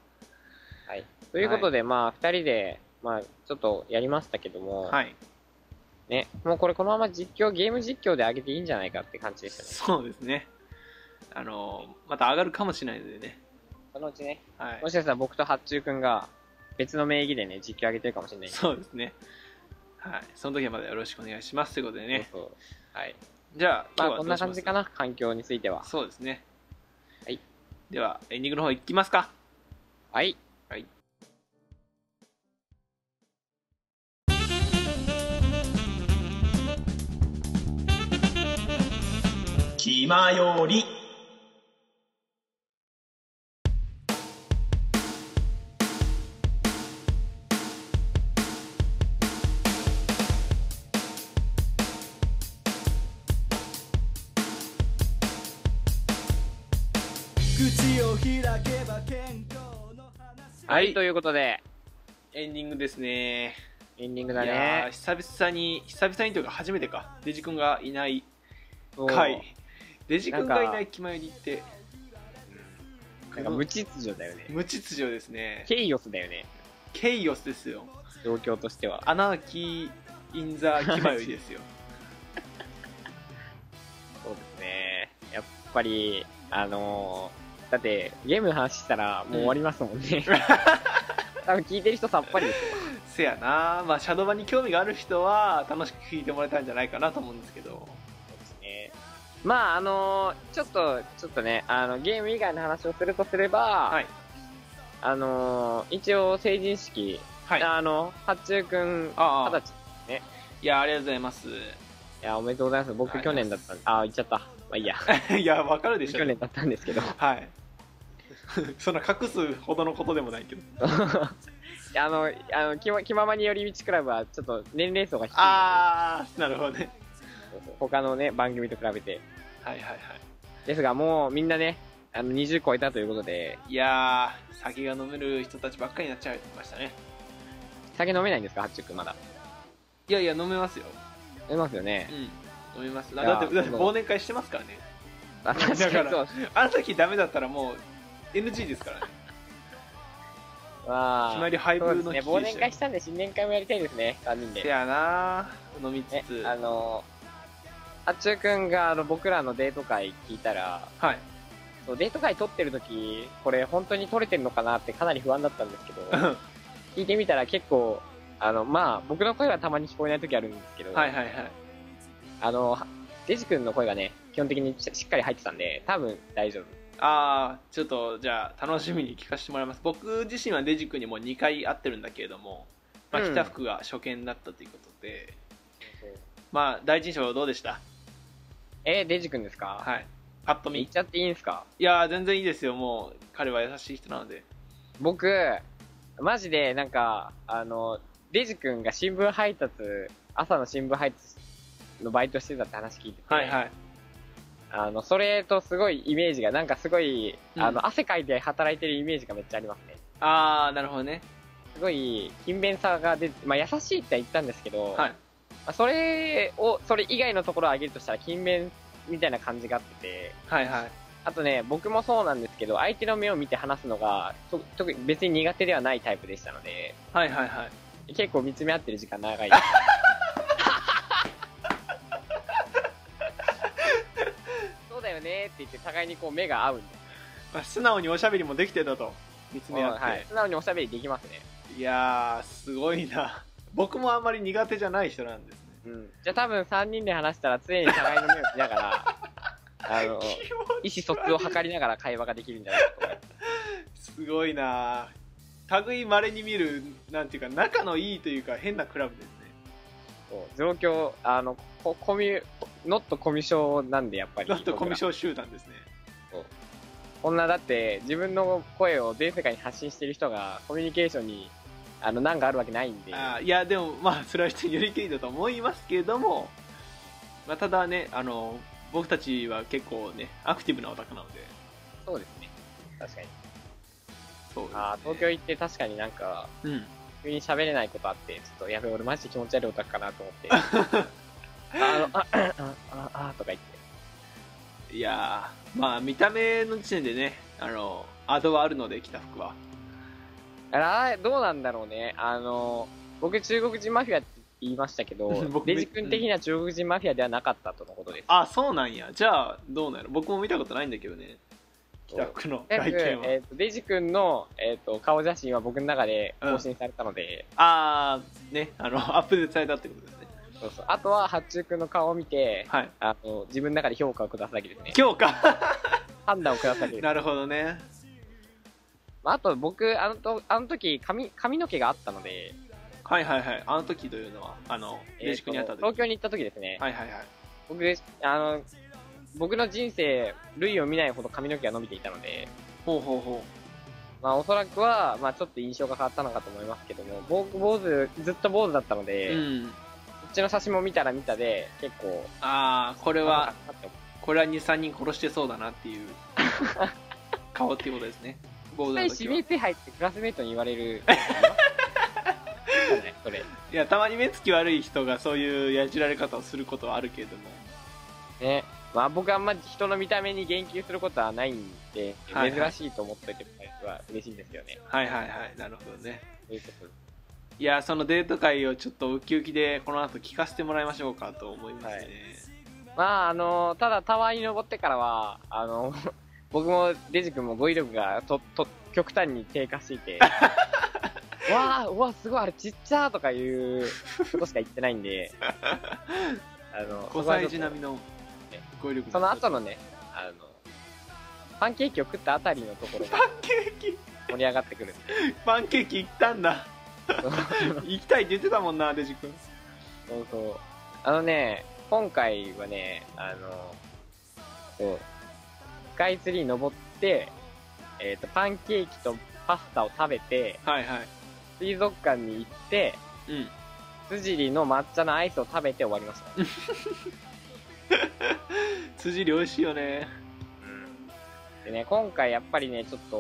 [SPEAKER 1] はい。ということで、まあ、二人で、まあ、ちょっとやりましたけども、
[SPEAKER 3] はい
[SPEAKER 1] ね、もうこれこのまま実況、ゲーム実況で上げていいんじゃないかって感じでしたね。
[SPEAKER 3] そうですねあのまた上がるかもしれないのでね
[SPEAKER 1] そのうちね、
[SPEAKER 3] はい
[SPEAKER 1] もしかしたら僕と八中くんが、別の名義でね、実況上げてるかもしれないんで。
[SPEAKER 3] そうですねはいその時はまだよろしくお願いしますということでね
[SPEAKER 1] そうそうはい。
[SPEAKER 3] じゃあ、
[SPEAKER 1] まあ、
[SPEAKER 3] 今日
[SPEAKER 1] こ
[SPEAKER 3] はどうし
[SPEAKER 1] ん
[SPEAKER 3] ま
[SPEAKER 1] な
[SPEAKER 3] す
[SPEAKER 1] 感じかな、環境については。
[SPEAKER 3] そうですね。
[SPEAKER 1] はい。
[SPEAKER 3] では、エンディングの方いきますか。
[SPEAKER 1] はい。
[SPEAKER 3] はい。
[SPEAKER 2] 気まより
[SPEAKER 4] 口を開けば健康の話
[SPEAKER 3] は
[SPEAKER 1] はいい、ということで、
[SPEAKER 3] エンディングですね。
[SPEAKER 1] エンディングだ
[SPEAKER 3] いやー
[SPEAKER 1] ね。
[SPEAKER 3] 久々に、久々にというか初めてか。デジ君がいない
[SPEAKER 1] そう
[SPEAKER 3] 回。デジ君
[SPEAKER 1] な
[SPEAKER 3] が
[SPEAKER 1] ん
[SPEAKER 3] い
[SPEAKER 1] か
[SPEAKER 3] ない気前に行って、
[SPEAKER 1] なんか無秩序だよね。
[SPEAKER 3] 無秩序ですね。
[SPEAKER 1] ケイオスだよね、
[SPEAKER 3] ケイオスですよ。
[SPEAKER 1] 状況としては。
[SPEAKER 3] アナーキー・イン・ザ・気前よりですよ。
[SPEAKER 1] そうぱり、あのーだって、ゲームの話したらもう終わりますもんね。 多分聞いてる人さっぱりですよ。
[SPEAKER 3] せやな、まあ、シャドーバに興味がある人は楽しく聞いてもらえたんじゃないかなと思うんですけど
[SPEAKER 1] ねまあ、あのーちょっと、ちょっとね、あの、ゲーム以外の話をするとすれば、
[SPEAKER 3] はい
[SPEAKER 1] あのー一応成人式、
[SPEAKER 3] はいあ
[SPEAKER 1] あの、八中くん、
[SPEAKER 3] あ
[SPEAKER 1] 二十歳。
[SPEAKER 3] いやありがとうございます
[SPEAKER 1] いや、おめでとうございます。
[SPEAKER 3] あ
[SPEAKER 1] 僕去
[SPEAKER 3] りがとうござい
[SPEAKER 1] 年
[SPEAKER 3] ま
[SPEAKER 1] だ
[SPEAKER 3] す
[SPEAKER 1] ったんあ、言っちゃった。まあいいや。
[SPEAKER 3] いやわかるでしょ
[SPEAKER 1] 去年だったんですけ ど。い
[SPEAKER 3] はいそんな隠すほどのことでもないけど
[SPEAKER 1] やあの、あの、気ま気ままに寄り道クラブは、ちょっと年齢層が低いので
[SPEAKER 3] ああなるほどね
[SPEAKER 1] 他のね、番組と比べて。
[SPEAKER 3] はいはいはい
[SPEAKER 1] ですが、もうみんなね、あの、20超えたということで、
[SPEAKER 3] いやー酒が飲める人たちばっかりになっちゃいましたね
[SPEAKER 1] 酒飲めないんですか、ハッチュックまだ。
[SPEAKER 3] いやいや飲めますよ
[SPEAKER 1] 飲めますよ
[SPEAKER 3] う
[SPEAKER 1] ね。
[SPEAKER 3] ん飲めます
[SPEAKER 1] や
[SPEAKER 3] だってだって
[SPEAKER 1] もう
[SPEAKER 3] 忘年会してますからね
[SPEAKER 1] あ確か
[SPEAKER 3] だか
[SPEAKER 1] に
[SPEAKER 3] ら
[SPEAKER 1] そう。
[SPEAKER 3] あの時ダメだったらもう NG です からね
[SPEAKER 1] ま
[SPEAKER 3] 決まり配
[SPEAKER 1] そうで
[SPEAKER 3] 布
[SPEAKER 1] す
[SPEAKER 3] の
[SPEAKER 1] ね、
[SPEAKER 3] 危機
[SPEAKER 1] 忘
[SPEAKER 3] で
[SPEAKER 1] 年
[SPEAKER 3] し
[SPEAKER 1] 会
[SPEAKER 3] た
[SPEAKER 1] し、たんで、新年会もやりたいですね、3人
[SPEAKER 3] せ
[SPEAKER 1] で。
[SPEAKER 3] やな飲みつ
[SPEAKER 1] ね
[SPEAKER 3] つ、
[SPEAKER 1] あの、ハッチュッくんが、あの、僕らのデート会聞いたら、
[SPEAKER 3] はい
[SPEAKER 1] そうデート会撮ってる時これ本当に撮れてるのかなってかなり不安だったんですけ ど
[SPEAKER 3] はい
[SPEAKER 1] 聞いてみたら結構あのまあ僕の声はたまに聞こえない時あるんですけど、
[SPEAKER 3] はいはい
[SPEAKER 1] あのデジ君の声がね基本的にししっかり入ってたんで多分大丈夫
[SPEAKER 3] ああちょっとじゃあ楽しみに聞かせてもらいます僕自身はデジ君にもう2回会ってるんだけれども、まあ、
[SPEAKER 1] うん
[SPEAKER 3] 着た服が初見だったということで、まあ第一印象どうでした
[SPEAKER 1] えデジ君ですか
[SPEAKER 3] はいパッと
[SPEAKER 1] 言
[SPEAKER 3] 見
[SPEAKER 1] っちゃっていいんですか
[SPEAKER 3] いやー全然いいですよもう彼は優しい人なので
[SPEAKER 1] 僕マジでなんかあのデジ君が新聞配達朝の新聞配達のバイトしてたって話聞いてて、
[SPEAKER 3] はいはい
[SPEAKER 1] あのそれとすごいイメージがなんかすごい、
[SPEAKER 3] うん
[SPEAKER 1] あの汗かいて働いてるイメージがめっちゃありますね
[SPEAKER 3] ああなるほどね
[SPEAKER 1] すごい勤勉さが出て、まあ、優しいって言ったんですけど、
[SPEAKER 3] はい
[SPEAKER 1] まあそれをそれ以外のところを挙げるとしたら勤勉みたいな感じがあってて
[SPEAKER 3] はいはい
[SPEAKER 1] あとね僕もそうなんですけど相手の目を見て話すのがと特に別に苦手ではないタイプでしたので
[SPEAKER 3] はいはいはい
[SPEAKER 1] 結構見つめ合ってる時間長い ですそうだよねって言って互いにこう目が合うんです
[SPEAKER 3] まあ素直におしゃべりもできてたと見つめ合って、
[SPEAKER 1] はい、素直におしゃべりできますね、
[SPEAKER 3] い、やーすごいな僕もあんまり苦手じゃない人なんですね
[SPEAKER 1] うん、じゃあ多分3人で話したら常に互いの目を見なが らあの
[SPEAKER 3] 気持
[SPEAKER 1] 意思疎通を図りながら会話ができるんじゃないかと思います。
[SPEAKER 3] すごいな類まれに見るなんていうか仲のいいというか変なクラブですね
[SPEAKER 1] そう状況、あの、こコミュ、ノットコミュ障なんで、やっぱり。
[SPEAKER 3] なんとコミュ
[SPEAKER 1] 障。
[SPEAKER 3] 障集団ですね
[SPEAKER 1] こんな、だって、自分の声を全世界に発信してる人が、コミュニケーションに、あの、難があるわけないんで。
[SPEAKER 3] あーいやでもまあそれは人によりきりだと思いますけども、まあ、ただねあの僕たちは結構ねアクティブなオタクなので
[SPEAKER 1] そうですね。確かに。
[SPEAKER 3] そうですね
[SPEAKER 1] あー東京行って確かになんか、
[SPEAKER 3] うん
[SPEAKER 1] 急に喋れないことあって、ちょっと、やべ、俺マジで気持ち悪いオタクかなと思 って。あの、あ、あ、あ、あ、とか言って。
[SPEAKER 3] いやーまあ見た目の時点でねあのアドはあるので着た服は
[SPEAKER 1] あれどうなんだろうね。あの、僕中国人マフィアって言いましたけど
[SPEAKER 3] 僕、め
[SPEAKER 1] デジ君的には中国人マフィアではなかったとのことです。
[SPEAKER 3] あそうなんやじゃあどうなんやろ僕も見たことないんだけどね着た服の
[SPEAKER 1] とにか
[SPEAKER 3] 外
[SPEAKER 1] く
[SPEAKER 3] 見は、
[SPEAKER 1] えーとデジ君の、えー、と顔写真は僕の中で更新されたので、
[SPEAKER 3] ああねあのアップデートされたってことですね
[SPEAKER 1] そうそうあとは八中君の顔を見て
[SPEAKER 3] はい
[SPEAKER 1] あの自分の中で評価を下すだけですね
[SPEAKER 3] 今日か
[SPEAKER 1] 判断を下すだけです、
[SPEAKER 3] なるほどね
[SPEAKER 1] まあ、あと僕あのとあの時髪髪の毛があったので、
[SPEAKER 3] はいはいはいあの時というのはあの
[SPEAKER 1] えーと
[SPEAKER 3] レジ君に会った時、
[SPEAKER 1] 東京に行った時ですね、
[SPEAKER 3] はいはいはい
[SPEAKER 1] 僕あの僕の人生類を見ないほど髪の毛が伸びていたので
[SPEAKER 3] ほうほうほ
[SPEAKER 1] まあ、おそらくは、まあ、ちょっと印象が変わったのかと思いますけども、僕、坊主、ずっと坊主だったの
[SPEAKER 3] う、
[SPEAKER 1] で、こ
[SPEAKER 3] うん
[SPEAKER 1] っちの写真も見たら見たで、結構、
[SPEAKER 3] ああこれ
[SPEAKER 1] れ
[SPEAKER 3] は、これは23人殺してそうだなっていう 顔っていうことですね坊主の
[SPEAKER 1] 指
[SPEAKER 3] 時は
[SPEAKER 1] 名手配ってクラスメートに言われ る。それ。
[SPEAKER 3] いやたまに目つき悪い人がそういうやじられ方をすることはあるけれども
[SPEAKER 1] ね。まあ、僕あんま人の見た目に言及することはないんで、
[SPEAKER 3] はいはい
[SPEAKER 1] 珍しいと思っておいてもらえれば嬉しいんですよね。
[SPEAKER 3] はいはいはいなるほどね
[SPEAKER 1] ということで
[SPEAKER 3] いやそのデート会をちょっとウキウキでこの後聞かせてもらいましょうかと思いますね、
[SPEAKER 1] まあ、あの、ただタワーに登ってからは、あの、 僕もデジ君も語彙力がと、と、極端に低下してい て、わあ、うわ、すごい、あれちっちゃーとかいうことしか言ってないんで、あ の、
[SPEAKER 3] 5歳児並みの
[SPEAKER 1] え
[SPEAKER 3] 語彙力
[SPEAKER 1] その後のね、あの、パンケーキを食ったあたりのところ
[SPEAKER 3] パ
[SPEAKER 1] が
[SPEAKER 3] ンケーキ
[SPEAKER 1] 盛り上がってくるんで。
[SPEAKER 3] パンケーキ行ったん だ行きたいって言ってたもんなデジ君
[SPEAKER 1] そうそう。あのね、今回はね、あの、そう、スカイツリー登って、えっ、と、パンケーキとパスタを食べて、
[SPEAKER 3] はいはい
[SPEAKER 1] 水族館に行って、
[SPEAKER 3] うん
[SPEAKER 1] 辻里の抹茶のアイスを食べて終わりました。
[SPEAKER 3] 辻り美味しいよね
[SPEAKER 1] でね、今回やっぱりね、ちょっと、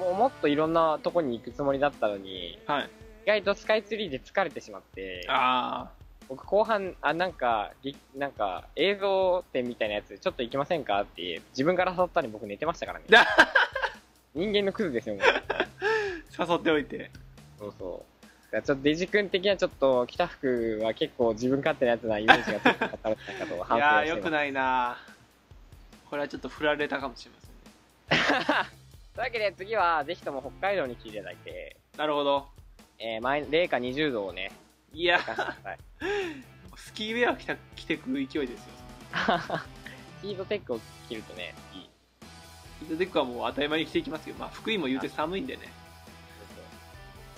[SPEAKER 1] もうもっといろんなとこに行くつもりだったのに、
[SPEAKER 3] はい
[SPEAKER 1] 意外とスカイツリーで疲れてしまって、
[SPEAKER 3] あ
[SPEAKER 1] 僕後半、あ、なんか、ぎなんか、映像展みたいなやつ、ちょっと行きませんかって、自分から誘ったのに僕寝てました からね。人間のクズですよ、もう。
[SPEAKER 3] あ誘っておいて
[SPEAKER 1] そうそう。だからちょっとデジ君的にはちょっと、北福は結構自分勝手なやつなイメージが強かったのかと
[SPEAKER 3] い
[SPEAKER 1] 反省
[SPEAKER 3] や
[SPEAKER 1] は
[SPEAKER 3] ー
[SPEAKER 1] して
[SPEAKER 3] よく
[SPEAKER 1] ます。
[SPEAKER 3] ないなこれはちょっと振られたかもしれませんね
[SPEAKER 1] というわけで次は、ぜひとも北海道に来ていただいて、
[SPEAKER 3] なるほど
[SPEAKER 1] えー、マイ零下20度をね、
[SPEAKER 3] いや
[SPEAKER 1] 体感してください。
[SPEAKER 3] スキーウェア着た着てくる勢いですよ
[SPEAKER 1] ヒートテックを着るとね、いい。
[SPEAKER 3] ヒートテックはもう当たり前に着ていきますけど、まあ、福井も言うて寒いんでね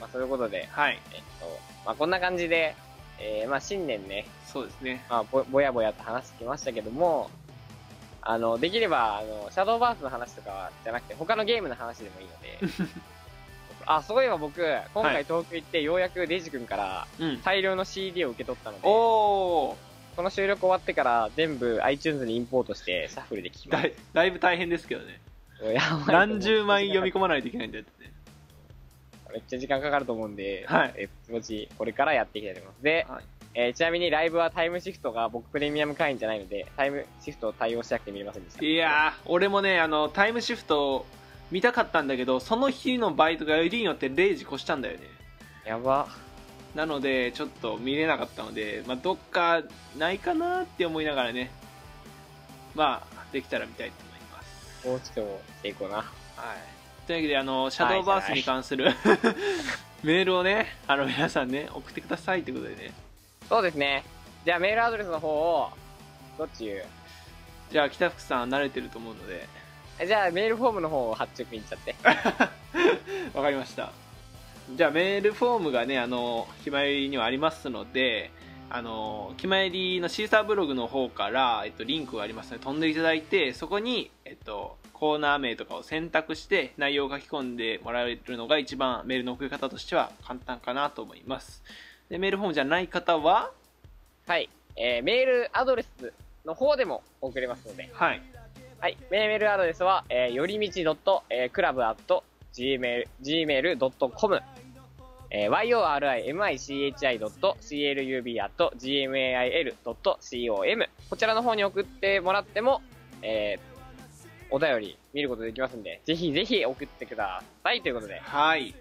[SPEAKER 1] まあ、そういうことで、
[SPEAKER 3] はい
[SPEAKER 1] えっと、まあ、こんな感じで、えー、まあ、新年ね、
[SPEAKER 3] そうですね
[SPEAKER 1] まあ、ぼぼやぼやと話してきましたけども、あの、できれば、あの、シャドーバースの話とかじゃなくて、他のゲームの話でもいいので、 あ、そういえば僕、今
[SPEAKER 3] は
[SPEAKER 1] 回
[SPEAKER 3] い
[SPEAKER 1] 東京行って、ようやくデジ君から
[SPEAKER 3] うん
[SPEAKER 1] 大量の CD を受け取ったので、
[SPEAKER 3] おお
[SPEAKER 1] この収録終わってから全部 iTunes にインポートして、シャッフルで聞きま
[SPEAKER 3] だいだいぶ大変ですけどね
[SPEAKER 1] す。 やばいと思う
[SPEAKER 3] 何十枚読み込まないといけないんだよってね
[SPEAKER 1] めっちゃ時間かかると思うんで、
[SPEAKER 3] はい
[SPEAKER 1] えー、ぼちぼちこれからやっていきたいと思います。で、
[SPEAKER 3] はい
[SPEAKER 1] えーちなみにライブはタイムシフトが僕プレミアム会員じゃないので、タイムシフトを対応しなくて見れませんでした。
[SPEAKER 3] いやー俺もねあのタイムシフト見たかったんだけどその日のバイトがよりによって0時越したんだよね
[SPEAKER 1] やば。
[SPEAKER 3] なのでちょっと見れなかったので、まあ、どっかないかなって思いながらねまあできたら見たいと思います
[SPEAKER 1] もうちょっとしていこうな。
[SPEAKER 3] はいというわけであのシャドーバースに関する メールをねあの皆さんね送ってくださいということでね
[SPEAKER 1] そうですね。じゃあメールアドレスの方を、どっち言う
[SPEAKER 3] じゃあ北福さん慣れてると思うので
[SPEAKER 1] えじゃあメールフォームの方を発注に行っちゃ って。
[SPEAKER 3] わかりましたじゃあメールフォームがねあのひまよりにはありますのであのひまよりのシーサーブログの方から、えっと、リンクがありますので飛んでいただいてそこに、えっと、コーナー名とかを選択して内容を書き込んでもらえるのが一番メールの送り方としては簡単かなと思いますでメールフォームじゃない方は
[SPEAKER 1] はい。えーメールアドレスの方でも送れますので。
[SPEAKER 3] はい
[SPEAKER 1] はい。メールアドレスは、えーよりみち .club.gmail.com、えー yorimichi.club.gmail.com こちらの方に送ってもらっても、えーお便り見ることできますんで、ぜひぜひ送ってくださいということで。
[SPEAKER 3] はい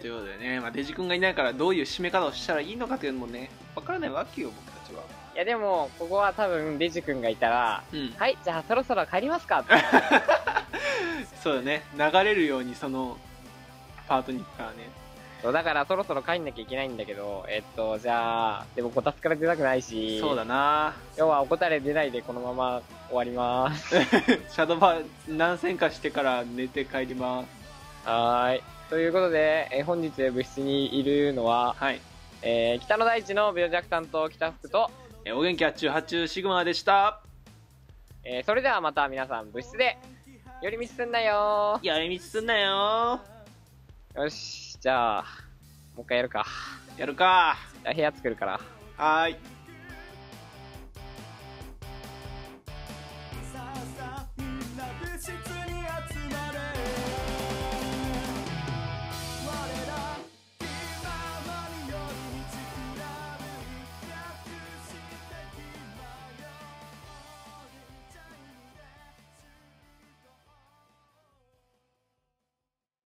[SPEAKER 3] ということでね、まあ、デジ君がいないからどういう締め方をしたらいいのかというのもねわからないわけよ僕たちはい
[SPEAKER 1] やでも、ここは多分デジ君がいたら、
[SPEAKER 3] うん
[SPEAKER 1] はい、じゃあそろそろ帰りますかって。
[SPEAKER 3] そうだね流れるようにそのパートに行くからね
[SPEAKER 1] そうだからそろそろ帰んなきゃいけないんだけど、えっと、じゃあ、でもこたつから出たくないし、
[SPEAKER 3] そうだな
[SPEAKER 1] 今日はおこたれ出ないでこのまま終わります。
[SPEAKER 3] シャドーバー何戦かしてから寝て帰ります
[SPEAKER 1] はーい。ということで、えー本日部室にいるのは、
[SPEAKER 3] はい
[SPEAKER 1] えー北の大地の病弱担当北福と、
[SPEAKER 3] えーお元気は中八中シグマでした
[SPEAKER 1] えーそれではまた皆さん部室で、寄り道すんなよ
[SPEAKER 3] やりみつすんなよ
[SPEAKER 1] よし、じゃあ、もう一回やるか。
[SPEAKER 3] やるか
[SPEAKER 1] じゃあ部屋作るから。
[SPEAKER 3] はーい